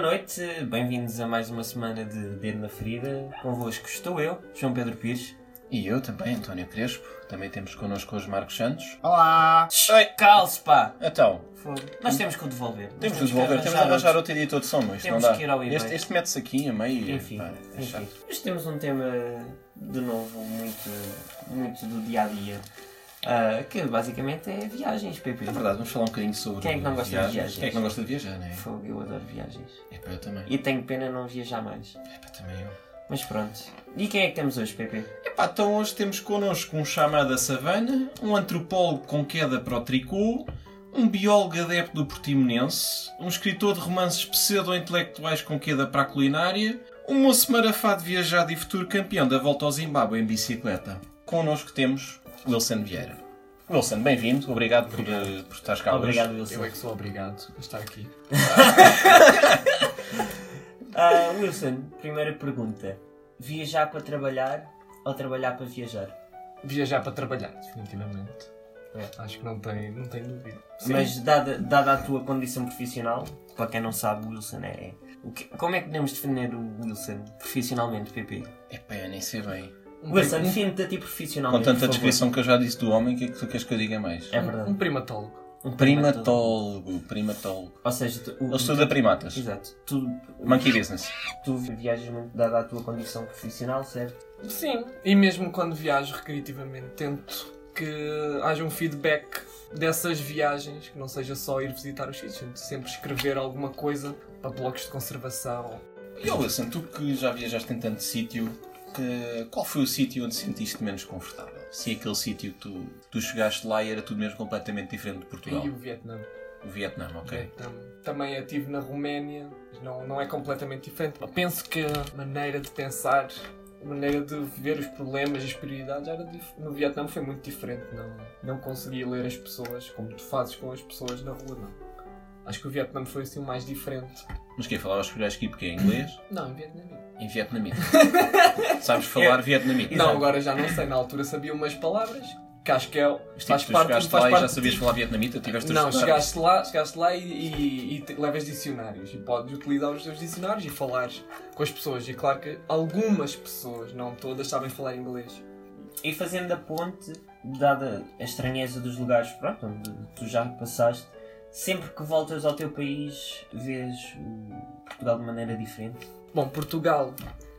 noite, bem-vindos a mais uma semana de Dedo na Ferida. Convosco estou eu, João Pedro Pires. E eu também, António Crespo. Também temos connosco hoje Marcos Santos. Ah, Olá! Oi, calce, pá! Então, Fogo. Nós temos que o devolver. Nós temos de devolver, temos de arranjar outro editor de som, mas isto não Temos dá. que ir ao eBay. Este, este mete-se aqui a meio Enfim, e. pá, é enfim. chato. Mas temos um tema de novo muito, muito do dia a dia, Ah, que basicamente é viagens, PP. É verdade, vamos falar um bocadinho sobre. Quem é que não gosta de viagens? Quem é que não gosta de viajar, não é? Fogo, eu adoro viagens. É para eu também. E tenho pena não viajar mais. É para também eu. Mas pronto. E quem é que temos hoje, PP? Epá, então hoje temos connosco um chamado da savana, um antropólogo com queda para o tricô, um biólogo adepto do portimonense, um escritor de romances pseudo-intelectuais com queda para a culinária, um moço marafado viajado e futuro campeão da volta ao Zimbábue em bicicleta. Connosco temos Wilson Vieira. Wilson, bem-vindo. Obrigado por, eh, por estares cá Obrigado, hoje. Wilson. Eu é que sou obrigado a estar aqui. Ah, Wilson, primeira pergunta. Viajar para trabalhar ou trabalhar para viajar? Viajar para trabalhar, definitivamente. É. Acho que não tem, não tem dúvida. Mas dada, dada a tua condição profissional, para quem não sabe, o Wilson é... o que- como é que podemos defender o Wilson profissionalmente, PP? Epá, eu nem sei bem. um, Wilson, prim- define-te a ti Com profissionalmente, tanta por favor. descrição que eu já disse do homem, o que é que tu queres que eu diga mais? É verdade. um primatólogo. Um primatólogo. Primatólogo, primatólogo. Ou seja, tu, o- Ele estuda primatas. Exato. Tu, Monkey business. tu viajas muito dada a tua condição profissional, certo? Sim. E mesmo quando viajo recreativamente, tento que haja um feedback dessas viagens, que não seja só ir visitar os sítios, tento sempre escrever alguma coisa para blocos de conservação. E ó, Wilson, tu que já viajaste em tanto sítio, que- qual foi o sítio onde sentiste menos confortável? Se é aquele sítio que tu, tu chegaste lá e era tudo mesmo completamente diferente de Portugal. E o Vietnã. O Vietnã, ok. Então, também estive na Roménia, mas não, não é completamente diferente. Penso que a maneira de pensar, a maneira de ver os problemas e as prioridades era dif- no Vietnã foi muito diferente. Não, não consegui ler as pessoas como tu fazes com as pessoas na rua, não. Acho que o Vietnã foi assim o mais diferente. Mas quem falavas por aqui porque é inglês? Não, em Vietnã. Em vietnamita. Sabes falar vietnamita? É. Não, agora já não sei. Na altura sabia umas palavras que acho que é. Mas tipo, faz tu parte, chegaste faz lá e parte já sabias falar vietnamita? Tiveste a Não, estudar? chegaste lá, chegaste lá e, e- e te- levas dicionários e podes utilizar os teus dicionários e falares com as pessoas. E é claro que algumas pessoas, não todas, sabem falar inglês. E fazendo a ponte, dada a estranheza dos lugares pronto, onde tu já passaste, sempre que voltas ao teu país, vês o Portugal de maneira diferente. Bom, Portugal,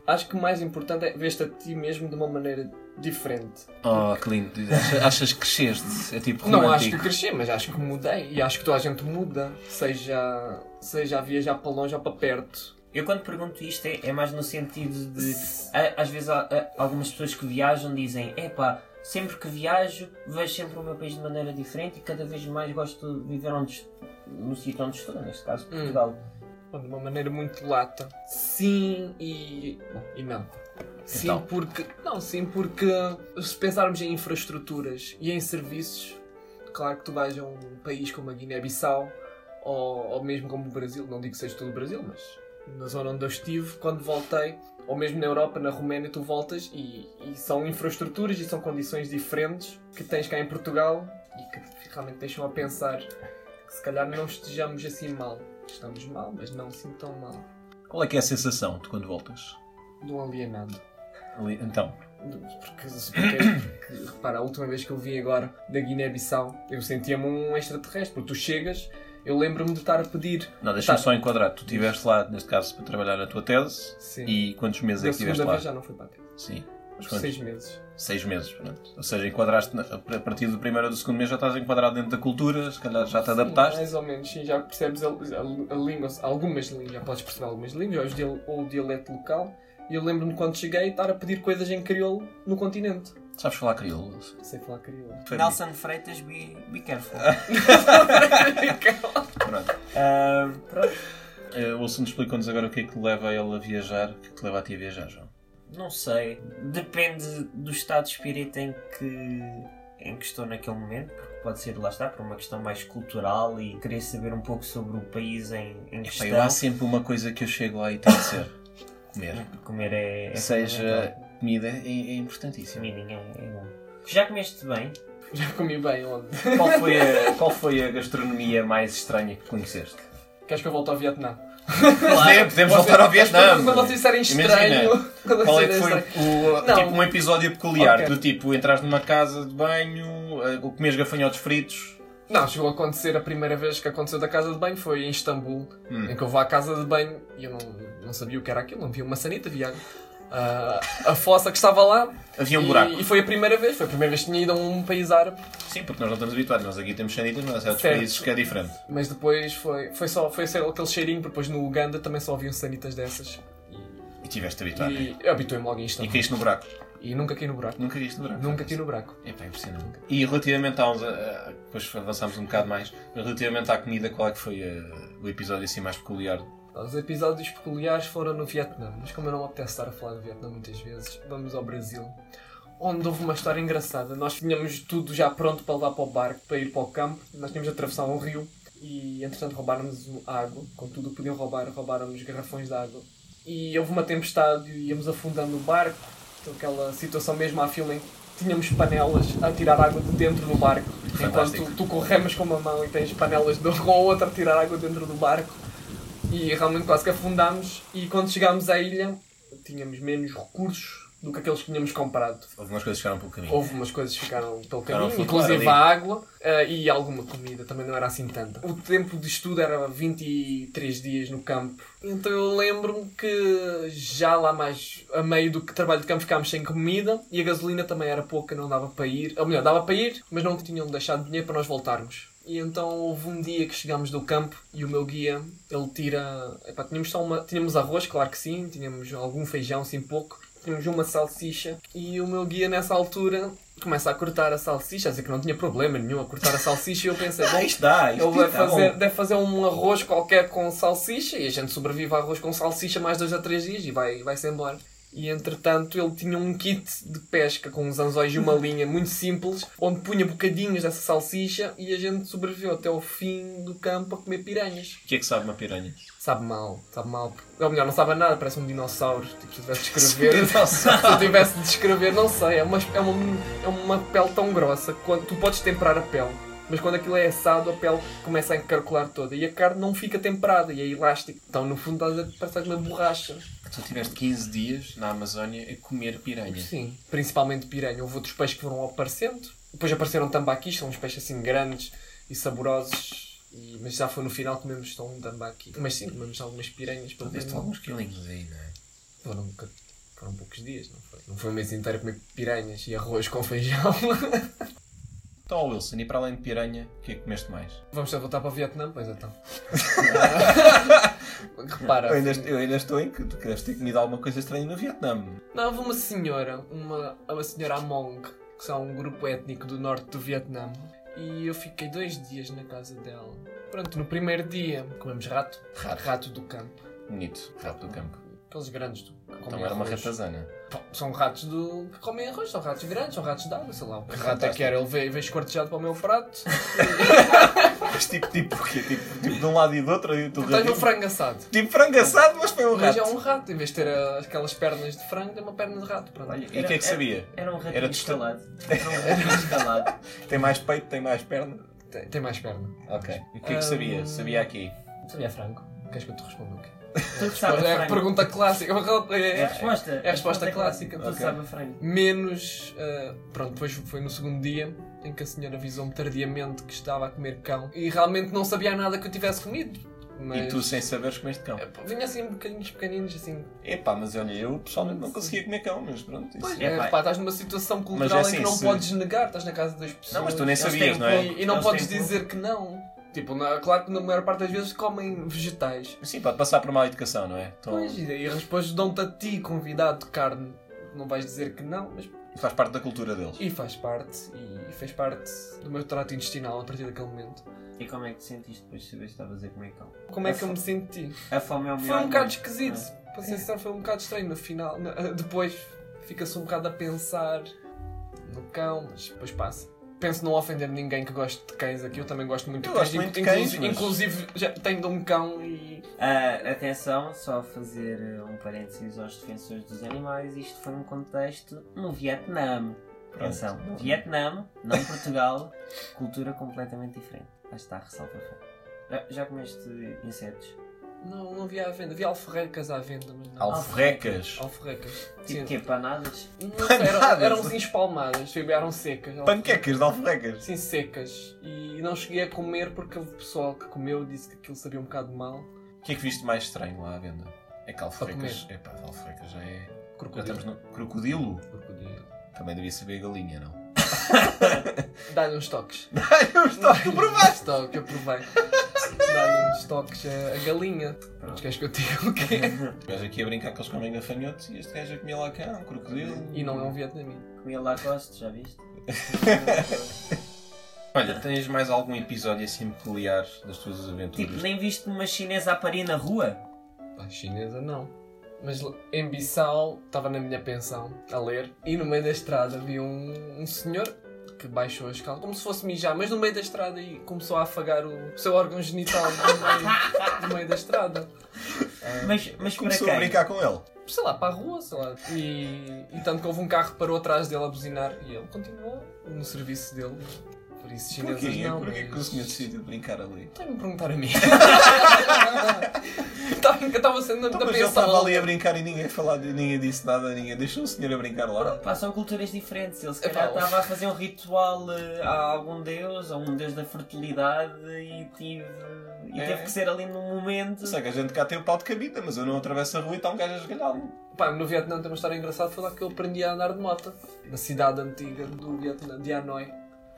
acho que o mais importante é ver-te a ti mesmo de uma maneira diferente. Oh, que lindo. Achas, achas que cresceste? É tipo romântico. Não acho que cresci, mas acho que mudei e acho que toda a gente muda, seja, seja a viajar para longe ou para perto. Eu quando pergunto isto é, é mais no sentido de. a- às vezes há- há- algumas pessoas que viajam dizem, epá, sempre que viajo vejo sempre o meu país de maneira diferente e cada vez mais gosto de viver onde, est- no sítio onde estou, neste caso Portugal. Bom, de uma maneira muito lata. Sim e. bom, e não. Sim Então. porque. Não, sim porque se pensarmos em infraestruturas e em serviços, claro que tu vais a um país como a Guiné-Bissau ou, ou mesmo como o Brasil, não digo que seja todo o Brasil, mas na zona onde eu estive, quando voltei, ou mesmo na Europa, na Roménia, tu voltas e, e são infraestruturas e são condições diferentes que tens cá em Portugal e que realmente deixam a pensar que se calhar não estejamos assim mal. Estamos mal, mas não assim tão mal. Qual é que é a sensação de quando voltas? Do alienado. Ali- Então, Do- Porque, porque- porque, repara, a última vez que eu vim agora da Guiné-Bissau, eu sentia-me um extraterrestre. Porque tu chegas, eu lembro-me de estar a pedir. não, deixa-me Tá. só enquadrar. Tu estiveste lá, neste caso, para trabalhar a tua tese. Sim. E quantos meses é da que estiveste segunda lá? vez já não foi para ter. Sim. Acho que Quantos? seis meses. Seis meses, pronto. Ou seja, enquadraste na- a partir do primeiro ou do segundo mês já estás enquadrado dentro da cultura, se calhar já te Sim, adaptaste. mais ou menos, sim, já percebes a, a- a língua, algumas línguas, já podes perceber algumas línguas, ou, os dial- ou o dialeto local. E eu lembro-me quando cheguei estar a pedir coisas em crioulo no continente. Sabes falar crioulo? Wilson? Sem falar crioulo. Nelson Freitas, be, be careful. Pronto. Ah, pronto. Eh, Wilson, explicou-nos agora o que é que te leva a ele a viajar, o que é que te leva a ti a viajar, João. Não sei. Depende do estado de espírito em que, em que estou naquele momento, porque pode ser, lá está, por uma questão mais cultural e querer saber um pouco sobre o país em, em Epá, questão. É eu há sempre uma coisa que eu chego lá e tem de ser comer. Comer é. é Seja fundamental. comida, é, é importantíssimo. Comidinha é é bom. Já comeste bem? Já comi bem onde? Qual foi, a, qual foi a gastronomia mais estranha que conheceste? Queres que eu volte ao Vietnã? Podemos, podemos Vocês- voltar ao mas Vietnã. Quando vocês disserem né? Imagina, estranho. quando Qual é vocês que foi disserem- o, o- Não. tipo, um episódio peculiar? Ok. Do tipo, entras numa casa de banho, eh, comes gafanhotos fritos. Não, chegou a acontecer a primeira vez que aconteceu da casa de banho foi em Istambul, Hum. em que eu vou à casa de banho e eu não, não sabia o que era aquilo, não via uma sanita, via ah, a fossa que estava lá. Havia um e- buraco. E, foi a primeira vez, foi a primeira vez que tinha ido a um país árabe, Sim, porque nós não estamos habituados. Nós aqui temos sanitas, mas há outros Certo. países que é diferente. mas depois foi, foi só foi só aquele cheirinho, porque depois no Uganda também só haviam sanitas dessas. E tiveste habituado. Tá. E, E eu habituei-me logo em Istambul. caíste no buraco. E, nunca caí no buraco. Nunca caíste no buraco. Nunca caí no buraco. É pá, impressionante. E relativamente a uns. a- a- Depois avançámos um bocado mais. Mas relativamente à comida, qual é que foi eh, o episódio assim mais peculiar? Os episódios peculiares foram no Vietnã, mas como eu não me apetece estar a falar do Vietnã muitas vezes, vamos ao Brasil, onde houve uma história engraçada. Nós tínhamos tudo já pronto para levar para o barco, para ir para o campo, nós tínhamos de atravessar um rio e, entretanto, roubaram-nos a água, com tudo o que podiam roubar, roubaram-nos garrafões de água. E houve uma tempestade e íamos afundando o barco, então aquela situação mesmo à filme em que tínhamos panelas a tirar água de dentro do barco, Fantástico. enquanto tu, tu corremas com uma mão e tens panelas de um com a outra a tirar água dentro do barco. E realmente quase que afundámos. E quando chegámos à ilha, tínhamos menos recursos do que aqueles que tínhamos comprado. Algumas coisas ficaram um pelo caminho. Houve umas coisas que ficaram pelo caminho, Ficaram a flutuar inclusive a ali. água eh, e alguma comida, também não era assim tanta. O tempo de estudo era 23 dias no campo. Então eu lembro-me que já lá mais a meio do que trabalho de campo ficámos sem comida e a gasolina também era pouca, não dava para ir. Ou melhor, dava para ir, mas não tinham deixado dinheiro para nós voltarmos. E então houve um dia que chegámos do campo e o meu guia, ele tira... Epá, tínhamos, só uma... tínhamos arroz, claro que sim, tínhamos algum feijão, sim pouco, tínhamos uma salsicha e o meu guia nessa altura começa a cortar a salsicha, a dizer que não tinha problema nenhum a cortar a salsicha e eu pensei, Ah, bom, isto dá, isto ele deve Tá está bom. fazer, deve fazer um arroz qualquer com salsicha e a gente sobrevive a arroz com salsicha mais dois a três dias e vai- e vai-se embora. E entretanto ele tinha um kit de pesca com uns anzóis e uma linha muito simples, onde punha bocadinhos dessa salsicha e a gente sobreviveu até ao fim do campo a comer piranhas. O que é que sabe uma piranha? Sabe mal, sabe mal. Ou melhor, não sabe a nada, parece um dinossauro. Tipo, se eu tivesse de escrever. Escrever. Tá, Se eu tivesse de descrever, não sei, é uma, é uma, é uma pele tão grossa que quando tu podes temperar a pele, mas quando aquilo é assado, a pele começa a encarcolar toda e a carne não fica temperada e é elástica. Então, no fundo, estás a passar uma borracha. Tu tiveste 15 dias na Amazónia a comer piranha. Sim. Principalmente piranha. Houve outros peixes que foram aparecendo. Depois apareceram tambaquis, são uns peixes assim grandes e saborosos. E- mas já foi no final que comemos só um tambaqui. Mas sim, comemos algumas piranhas. pelo Tiveste menos. alguns quilinhos aí, não é? Foram, ca- foram poucos dias, não foi? Não foi um mês inteiro a comer piranhas e arroz com feijão. Então, Wilson, e para além de piranha, o que é que comeste mais? Vamos só voltar para o Vietnã, pois então. Repara. estou em que tu deves ter comido alguma coisa estranha no Vietnã. Não, houve uma senhora, uma, uma senhora Among, que são um grupo étnico do norte do Vietnã, e eu fiquei dois dias na casa dela. Pronto, no primeiro dia comemos rato, rato, do campo, Bonito, rato do campo. aqueles grandes do que comem Então era uma arroz. ratazana. Pá, São ratos do que comem arroz, são ratos grandes, são ratos de água, sei lá. O que rato é Fantástico. que era? Ele veio, veio esquartejado para o meu prato. Mas tipo, tipo o quê? Tipo, tipo de um lado e do outro? e do outro Tens um lado. frango assado. Tipo frango assado, mas foi um Mas rato. é um rato, em vez de ter ah, aquelas pernas de frango, tem uma perna de rato. Pronto. Olha, E o que é que sabia? Era um Era ratinho de escalado. Era um ratinho escalado. Tem mais peito, tem mais perna? Tem, tem mais perna. Ok. E o que é que sabia? Hum. Sabia aqui. Sabia frango. Queres que eu te responda o quê? Tu sabes é a frango. pergunta clássica. É- Tá, É a resposta. É a resposta clássica. Tu Ok. sabes frango. Menos. ah, pronto, depois foi no segundo dia em que a senhora avisou-me tardiamente que estava a comer cão e realmente não sabia nada que eu tivesse comido. Mas. E tu, sem saberes, comeste cão. Eh, pá, Vinha assim um bocadinhos pequeninos, assim. Epá, mas olha, eu pessoalmente não conseguia comer cão, mas pronto. isso- Pois, é, eh, pá. repá, estás numa situação Mas cultural é em assim, que não se- podes negar, estás na casa das pessoas. Não, mas tu nem Eles sabias, têm não é? clube. E, e não Eles podes têm dizer que não. Tipo, na- claro que na maior parte das vezes comem vegetais. Sim, pode passar por má educação, não é? Então, Pois, e e depois dão-te a ti convidado de carne. Não vais dizer que não, mas faz parte da cultura deles. E faz parte, e fez parte do meu trato intestinal a partir daquele momento. E como é que te sentiste depois de saber que estavas a comer cão? Como é que eu me senti? A fome é o melhor. Foi um bocado remédio, esquisito, não Ah. para ser sincero, foi um bocado estranho no final. na- ah, Depois fica-se um bocado a pensar no cão, mas depois passa. Penso não ofender ninguém que goste de cães aqui, eu também gosto muito Eu de cães. gosto muito de inclusive, cães, mas- inclusive já tenho de um cão e. é? Ah, atenção, só fazer eh, um parênteses aos defensores dos animais. Isto foi um contexto no Vietnã. Atenção, Pronto. Vietnã, não Portugal, cultura completamente diferente. Lá está, ressalva feita. Já, já comeste insetos? Não, não havia à venda. Havia alferrecas à venda, mas não. Alferrecas. Alferrecas. Sim. Tipo que é panadas. Não sei, eram, Panadas. eram assim espalmadas, vieram secas. eram- Panquecas de alferrecas. Sim, secas. E não cheguei a comer porque o pessoal que comeu disse que aquilo sabia um bocado mal. O que é que viste mais estranho lá à venda? É que alferrecas. Epá, alferrecas já é. Já Crocodilo. estamos no. Crocodilo? Crocodilo. Também devia saber galinha, não? Dá-lhe uns toques. Ai, eu estou a provar! Uns toques, eu provei. Dá-lhe uns toques a, a galinha. Mas queres que eu te diga o quê? O gajo aqui a brincar que eles comem gafanhotos e este gajo a comer lá cá, um crocodilo. E não é um vietnamita. Comia Lacoste, já viste? Olha, tens mais algum episódio assim peculiar das tuas tipo, aventuras? nem viste uma chinesa a parir na rua? Pá, chinesa não. Mas l- em Bissau, estava na minha pensão a ler e no meio da estrada vi um, um senhor que baixou a escala como se fosse mijar, mas no meio da estrada e começou a afagar o seu órgão genital no meio, no meio da estrada. Mas, mas para É. Começou a quem? brincar com ele. sei lá, para a rua, sei lá. E, e tanto que houve um carro que parou atrás dele a buzinar e ele continuou no serviço dele. Por isso, chinesas Porquê? não. Porquê que o mas- senhor decidiu brincar ali? Estava-me a perguntar a mim. Estava- Eu estava sendo Então, na mas ele estava pensão. ali a brincar e ninguém, falou, ninguém disse nada, ninguém deixou o senhor a brincar lá. Pá, são culturas diferentes. Ele se Epá, calhar o- estava a fazer um ritual eh, a algum deus, a um deus da fertilidade e tive. E É. teve que ser ali num momento. Sei que a gente cá tem o pau de cabida, mas eu não atravesso a rua e está um gajo a esgalhar-me. Pá, no Vietnã tem uma história engraçada. Foi lá que eu aprendi a andar de moto. Na cidade antiga do Vietnã, de Hanoi.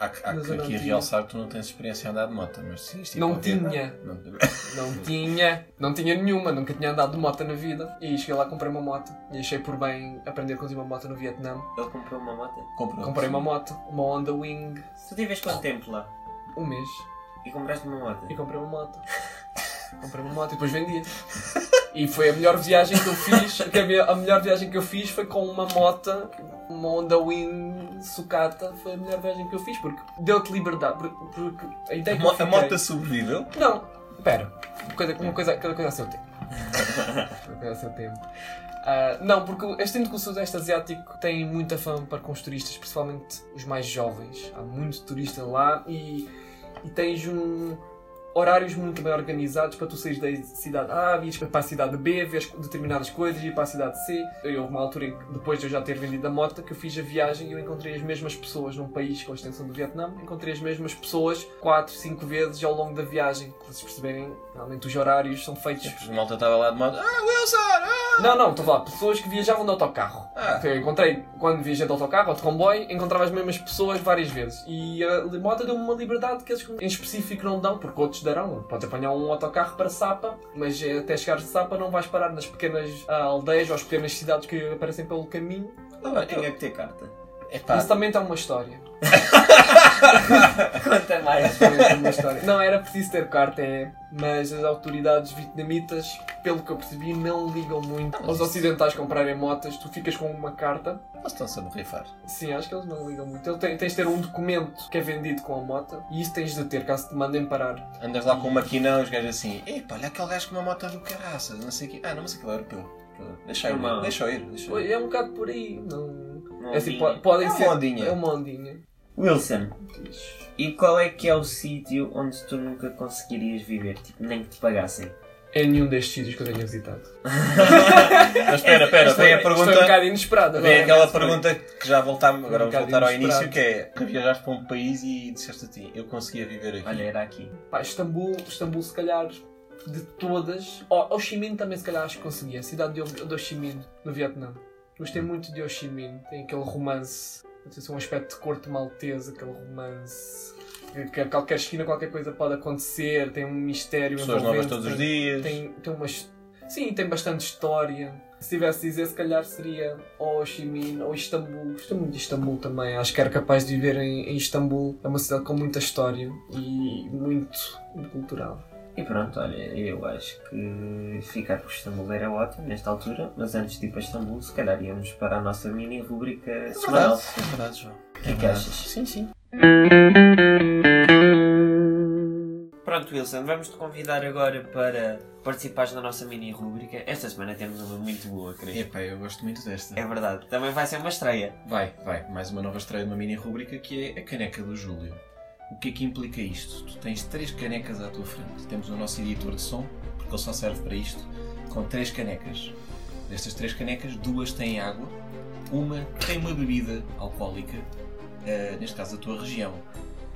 Há, que- há Mas que eu não aqui tinha. realçar que tu não tens experiência a andar de moto, mas sim, isto é Não qualquer- tinha. Não- Não tinha. Não tinha nenhuma. Nunca tinha andado de moto na vida. E cheguei lá, comprei uma moto. E achei por bem aprender a conduzir uma moto no Vietnã. Ele comprou uma moto. Comprou. Comprei uma moto. Uma Honda Wing. Tu tiveste quanto tempo lá? Um mês. E compraste uma moto? E comprei uma moto. comprei uma moto e depois vendia. E foi a melhor viagem que eu fiz. que a, minha- a melhor viagem que eu fiz foi com uma moto, uma Honda Win sucata. Foi a melhor viagem que eu fiz porque deu-te liberdade. Porque, porque a A, ideia que eu mo a fiquei- moto é sobreviveu? Não, pera. Uma coisa, uma coisa, cada coisa a seu tempo. cada coisa a seu tempo. Ah, não, porque este tempo que o Sudeste Asiático tem muita fama para com os turistas, principalmente os mais jovens. Há muito turista lá e, e tens um, horários muito bem organizados para tu saíres da cidade A, vires para a cidade B, vês determinadas coisas, ir para a cidade C. Eu, houve uma altura em que, depois de eu já ter vendido a moto, que eu fiz a viagem e eu encontrei as mesmas pessoas num país com a extensão do Vietnã. Encontrei as mesmas pessoas 4, 5 vezes ao longo da viagem. Para vocês perceberem, realmente os horários são feitos. Tipo, A malta estava lá de moto. Ah, Wilson! Ah! Não, não, estou a falar, pessoas que viajavam de autocarro. Ah. Eu encontrei, quando viajei de autocarro ou de comboio, encontrava as mesmas pessoas várias vezes. E a li- moto deu-me uma liberdade que eles em específico não dão, porque outros darão. Podes apanhar um autocarro para Sapa, mas eh, até chegares a Sapa não vais parar nas pequenas ah, aldeias ou as pequenas cidades que aparecem pelo caminho. Tá Então- bem, Tinha que ter carta. é- epá, Isso também tem uma história. Conta mais. Também tem uma história. Não, era preciso ter carta, é. Mas as autoridades vietnamitas, pelo que eu percebi, não ligam muito Ah, mas aos isso- ocidentais comprarem motas. Tu ficas com uma carta Eles estão-se a borrifar. Sim, acho que eles não ligam muito. Ele tem- tens de ter um documento que é vendido com a moto e isso tens de ter caso te mandem parar. Andas lá com um maquinão e os gajos assim. Epá, olha aquele gajo com uma moto do caraças, não sei o quê. Ah, não, mas aquele é europeu. Deixa eu ir, Irmão. deixa eu ir. Deixa eu ir. É um bocado por aí. Não... Não É assim, vinha. po- podem É uma ser. ondinha. É uma ondinha. Wilson, e qual é que é o sítio onde tu nunca conseguirias viver? Tipo, nem que te pagassem. É nenhum destes sítios que eu tenha visitado. Mas espera, espera, Isto vem é- a isto é um pergunta. bocado um inesperado. Vem agora. aquela pergunta que já voltámos, agora Um vou voltar ao bocado início, que é que viajaste para um país e disseste a ti, eu conseguia viver aqui. Olha, era aqui. Pá, Istambul, Istambul se calhar de todas. Oh, Ho Chi Minh também se calhar acho que conseguia. A cidade de Ho de Ho Chi Minh, no Vietnã. Gostei muito de Ho Chi Minh. Tem aquele romance. Não sei se é um aspecto de corte maltesa, aquele romance. Que, que a qualquer esquina qualquer coisa pode acontecer, tem um mistério Pessoas novas todos os dias. Tem, tem umas. Sim, tem bastante história. Se tivesse a dizer, se calhar seria ou Ho Chi Minh ou Istambul. Gostei muito de Istambul também. Acho que era capaz de viver em, em Istambul. É uma cidade com muita história e muito cultural. E pronto, olha, eu acho que ficar por Istambul era ótimo nesta altura, mas antes de ir para Istambul, se calhar íamos para a nossa mini rubrica semanal. Verdade, é verdade, João. O que é que achas? Sim, sim. Pronto, Wilson, vamos te convidar agora para participares na nossa mini rubrica. Esta semana temos uma muito boa, creio. Epá, eu gosto muito desta. É verdade, também vai ser uma estreia. Vai, vai, mais uma nova estreia de uma mini rubrica que é a caneca do Júlio. O que é que implica isto? Tu tens três canecas à tua frente. Temos o nosso editor de som, que porque ele só serve para isto, com três canecas. Destas três canecas, duas têm água, uma tem uma bebida alcoólica, eh, neste caso da tua região,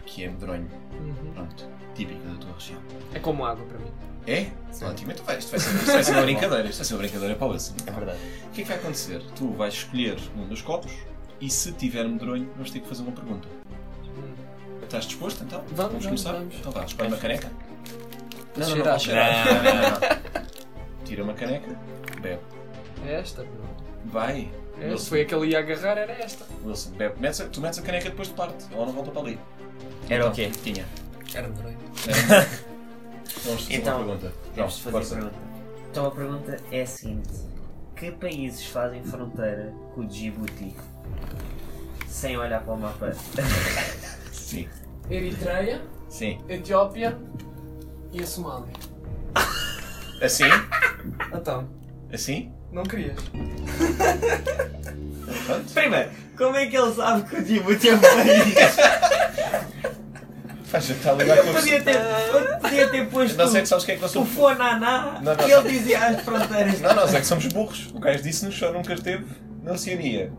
que é medronho, Uhum. pronto, típica da tua região. É como água para mim. É? Ótimo, então vai, isto vai ser, isto vai ser uma brincadeira, isto vai ser uma brincadeira para o Wilson. É verdade. O que é que vai acontecer? Tu vais escolher um dos copos e se tiver medronho, vamos ter que fazer uma pergunta. Hum. Estás disposto então? Vamos, vamos, começar? vamos. Então vá, escolhe uma caneca. Não, não, não, não. Tira uma caneca, bebe. É esta? não. Vai. É, se Wilson, foi aquele ia agarrar, era esta. Wilson, bebe. Metes a- tu metes a caneca depois de parte. Ela não volta para ali. Era Então, o quê? Tinha. Era direito. Vamos fazer Então, uma pergunta. João, Vamos fazer a força. pergunta. Então a pergunta é a seguinte: que países fazem fronteira com o Djibouti? Sem olhar para o mapa. Sim. Eritreia, Sim. Etiópia e a Somália. Assim? Então, Assim? não querias? Pronto. Primeiro, como é que ele sabe que o Djibouti é um país? Faz está a lidar com a pessoa. podia, ter, eu podia ter posto Nós é que sabes o que é que nós o somos. Fonaná Não, não. e ele dizia as fronteiras. Não, nós é que somos burros. O gajo disse-nos só nunca esteve na Oceania.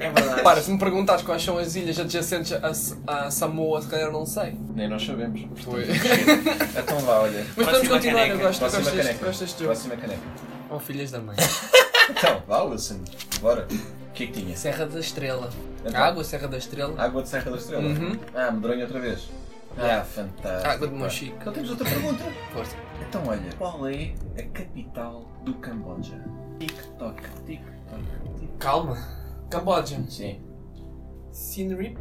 É verdade. Para, se me perguntares quais são as ilhas adjacentes a, S- a Samoa, se calhar não sei. Nem nós sabemos. Foi. Então vá, olha. Mas Próxima vamos continuar, eu caneca, gosto, eu Próxima gosto deste, caneca. gosto deste jogo. Próxima caneca. Oh, filhas da mãe. Então, vá, Wilson. Bora. O que é que tinha? Serra da Estrela. Então. Água, Serra da Estrela. Água de Serra da Estrela. Uhum. Ah, medronho outra vez. Ah, fantástico. Água de pá. Monchique. Então temos outra pergunta. Força. Então olha, qual é a capital do Camboja? Tic-toc, tic-toc, tic Calma. Camboja. Sim. Siem Reap?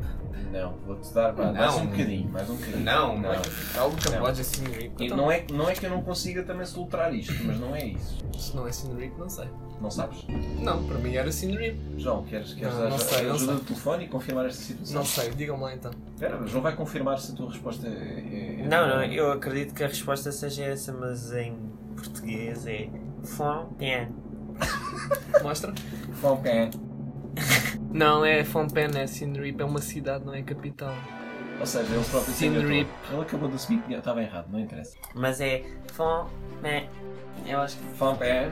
Não, vou-te dar vá, Não. mais um bocadinho, mais um bocadinho. não. Calma, Camboja, Siem Reap. E não é, não é que eu não consiga também soltar isto, mas não é isso. Se não é Siem Reap, não sei. Não sabes? Não, para mim era Siem Reap. João, queres, queres Não, não a- sei, a não ajuda sei. do telefone e confirmar esta situação? Não sei, digam-me lá então. Espera, João vai confirmar se a tua resposta é... é- Não, não, eu acredito que a resposta seja essa, mas em português é Fontaine. Mostra. Bom, quem é? Não, é Fontaine, é Siem Reap, é uma cidade, não é capital. Ou seja, ele próprio se Sin enganou. Rip. Ele acabou de assumir que estava errado, não interessa. Mas é Fontaine. Eu acho que Ah, Fontaine.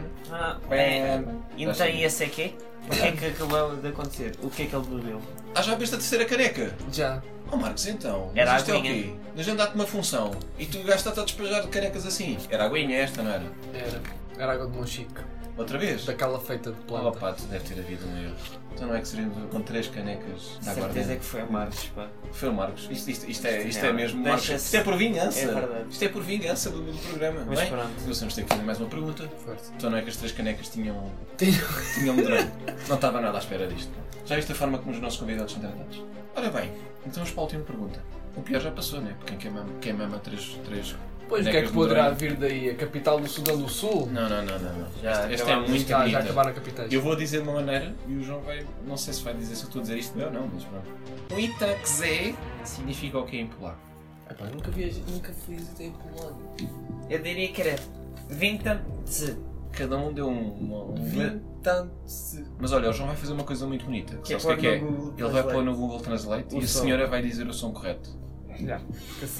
Fontaine. Então, Acho que- e esse é quê? O que é que acabou de acontecer? O que é que ele bebeu? Ah, já viste a terceira caneca? Já. Oh Marcos, então, Era mas isto é o quê? aguinha. Mas já dá-te uma função e tu gastaste a despejar de canecas assim. Era aguinha esta, não era? Era. Era água de Monchique. Outra vez? Daquela feita de Oh planta. pá, tu deve ter havido um erro. Então não é que seríamos com três canecas de Certeza aguardente. que foi a Marcos, pá. Foi o Marcos. Isto, isto- isto é, isto é Não, mesmo deixa-se- Marcos. Isto é por vingança. É verdade. Isto é por vingança do, do programa. é? Mas Bem, pronto. Wilson, vamos ter que fazer mais uma pergunta. Força. Então não é que as três canecas tinham Tinha- Tinha um drone. Não estava nada à espera disto. Já viste a forma como os nossos convidados são tratados? Ora bem, então vamos para a última pergunta. O pior já passou, né? Porque quem mama, quem mama três, três. Pois o que é canecas que de poderá drone- vir daí? A capital do Sudão do Sul? Não, não, não, não. não. esta Já esta é acabaram- muito Já, já bonita. acabaram capitais. eu vou dizer de uma maneira e o João vai. Não sei se vai dizer se eu estou a dizer isto bem ou não, mas pronto. O Itaxé significa o que é em polaco? Epá, nunca viajei, nunca fui até em Polónia. Eu diria que era Vintance, Cada um deu um. uma- um- Vintance. Mas olha, o João vai fazer uma coisa muito bonita. que é Sabes o que é que pôr é? no Google Ele vai Translate. pôr no Google Translate O e a som. senhora vai dizer o som correto. Já.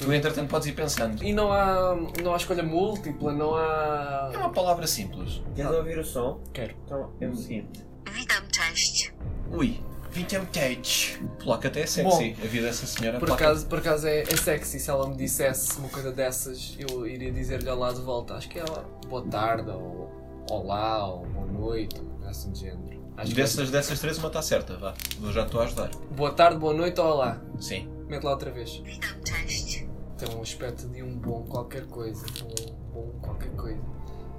Tu, entretanto, podes ir pensando. E não há, não há escolha múltipla, não É há. uma palavra simples. Queres ouvir o som? Quero. Então é o seguinte. Witam, cześć. Ui, é Vitam Tech. Placa até é sexy. a vida dessa senhora Por placa- acaso, por acaso é, é sexy, se ela me dissesse uma coisa dessas, eu iria dizer-lhe olá de volta. Acho que é boa tarde, ou olá, ou boa noite, ou algo assim de género. Acho que é Dessas, dessas três, uma está certa, vá. Eu já estou a ajudar. boa tarde, boa noite ou olá. Sim. Mete lá outra vez. Witam, cześć. Tem um aspecto de um bom qualquer coisa. Um bom qualquer coisa.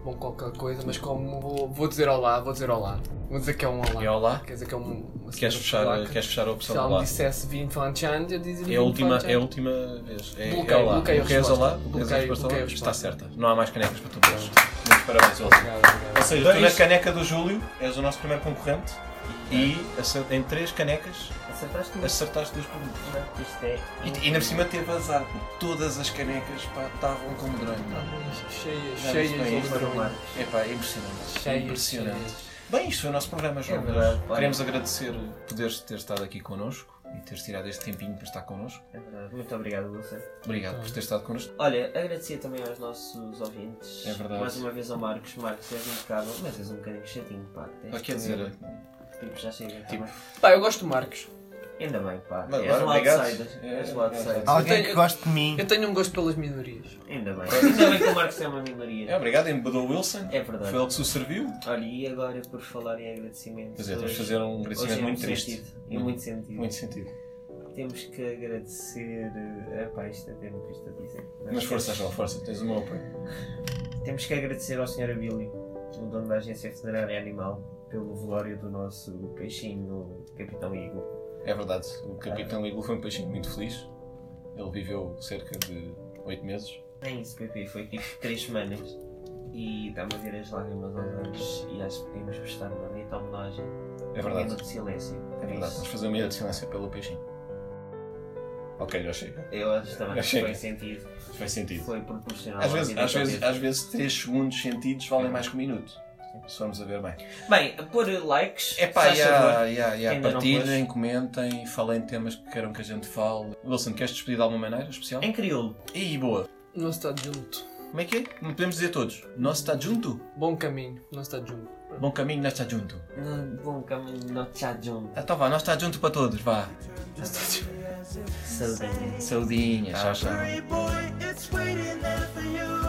Bom qualquer coisa, mas como vou, vou dizer olá, vou dizer olá. Vou dizer que é um olá. É olá. Quer dizer que é um. uma Queres senhora fechar, polaca. queres fechar a Se opção ela olá? me dissesse vim Fanchan, eu dizia É a, última, é a última vez. É, Bloqueio, é olá. bloqueio a Bloqueias resposta. olá, bloqueias a Bloqueio, resposta olá. bloqueio a Está resposta. certa. Não há mais canecas para tu pôres. Muito parabéns, Wilson. Ou seja, tu na Dois. caneca do Júlio és o nosso primeiro concorrente e acer- em três canecas Acertaste o acertaste duas perguntas. Isto é. E, e ainda por cima teve azar, porque todas as canecas pá, estavam com medronho. não. Cheias, Já cheias, viste bem de isto? vergonha. É pá, é impressionante. Cheias, impressionante. cheias. Bem, isto foi o nosso programa, João. É verdade, Queremos agradecer poderes ter estado aqui connosco. e teres tirado este tempinho para estar connosco. É verdade. Muito obrigado, Wilson. Obrigado por ter estado connosco. Olha, agradecer também aos nossos ouvintes. É verdade. Mais uma vez ao Marcos. Marcos, és impecável, mas és um bocadinho chatinho, pá. Tens Ah, que Quer dizer, Tipo, já chega. Tipo, também. Pá, eu gosto de Marcos. Ainda bem, pá. Mas és um agora, obrigado. outsider. É, És um outsider. é. Eu Alguém tenho- que goste de mim. Eu tenho um gosto pelas minorias. Ainda bem. Ainda bem que o Marcos é uma é minoria. obrigado, embedou Wilson. É verdade. Foi ele que se o serviu. Olha, e agora por falar em agradecimentos. Quer dizer, temos de hoje- fazer um hoje agradecimento muito em muito triste. sentido. Em muito sentido. Muito sentido. Temos que agradecer. eh, Epá, isto até não custa dizer. Mas força, João, força, tens o meu apoio. Temos que agradecer ao Sr. Abílio, o dono da Agência Funerária Animal, pelo velório do nosso peixinho Capitão Eagle. É verdade, o Capitão Eagle foi um peixinho muito feliz. Ele viveu cerca de 8 meses. Nem isso, PP, foi tipo 3 semanas. E está-me a ver as lágrimas aos olhos e acho que podemos prestar uma bonita homenagem. É verdade, Um de silêncio. é verdade. Vamos fazer um minuto de silêncio pelo peixinho. Ok, já chega. Eu acho também que Chega. foi sentido. Isto Faz sentido. Foi proporcional. Às à vezes, vida às, que vezes, teve. às vezes 3 segundos sentidos valem mais que um minuto. Se vamos a ver bem. Bem, pôr likes. É pá, faz favor. já, já, já. Ainda não Partilhem, comentem, falem de temas que queiram que a gente fale. Wilson, queres despedir de alguma maneira especial? Em crioulo. E boa. Não se está junto. Como é que é? Não podemos dizer todos. Nós está junto. Bom caminho, não se está junto. Bom caminho, nós está junto. Não, Bom caminho, não te junto. Então vá, nós está junto para todos, vá. Nós está junto. Saudinha. Saudinha, tchau, tchau. Boy, it's waiting there for you.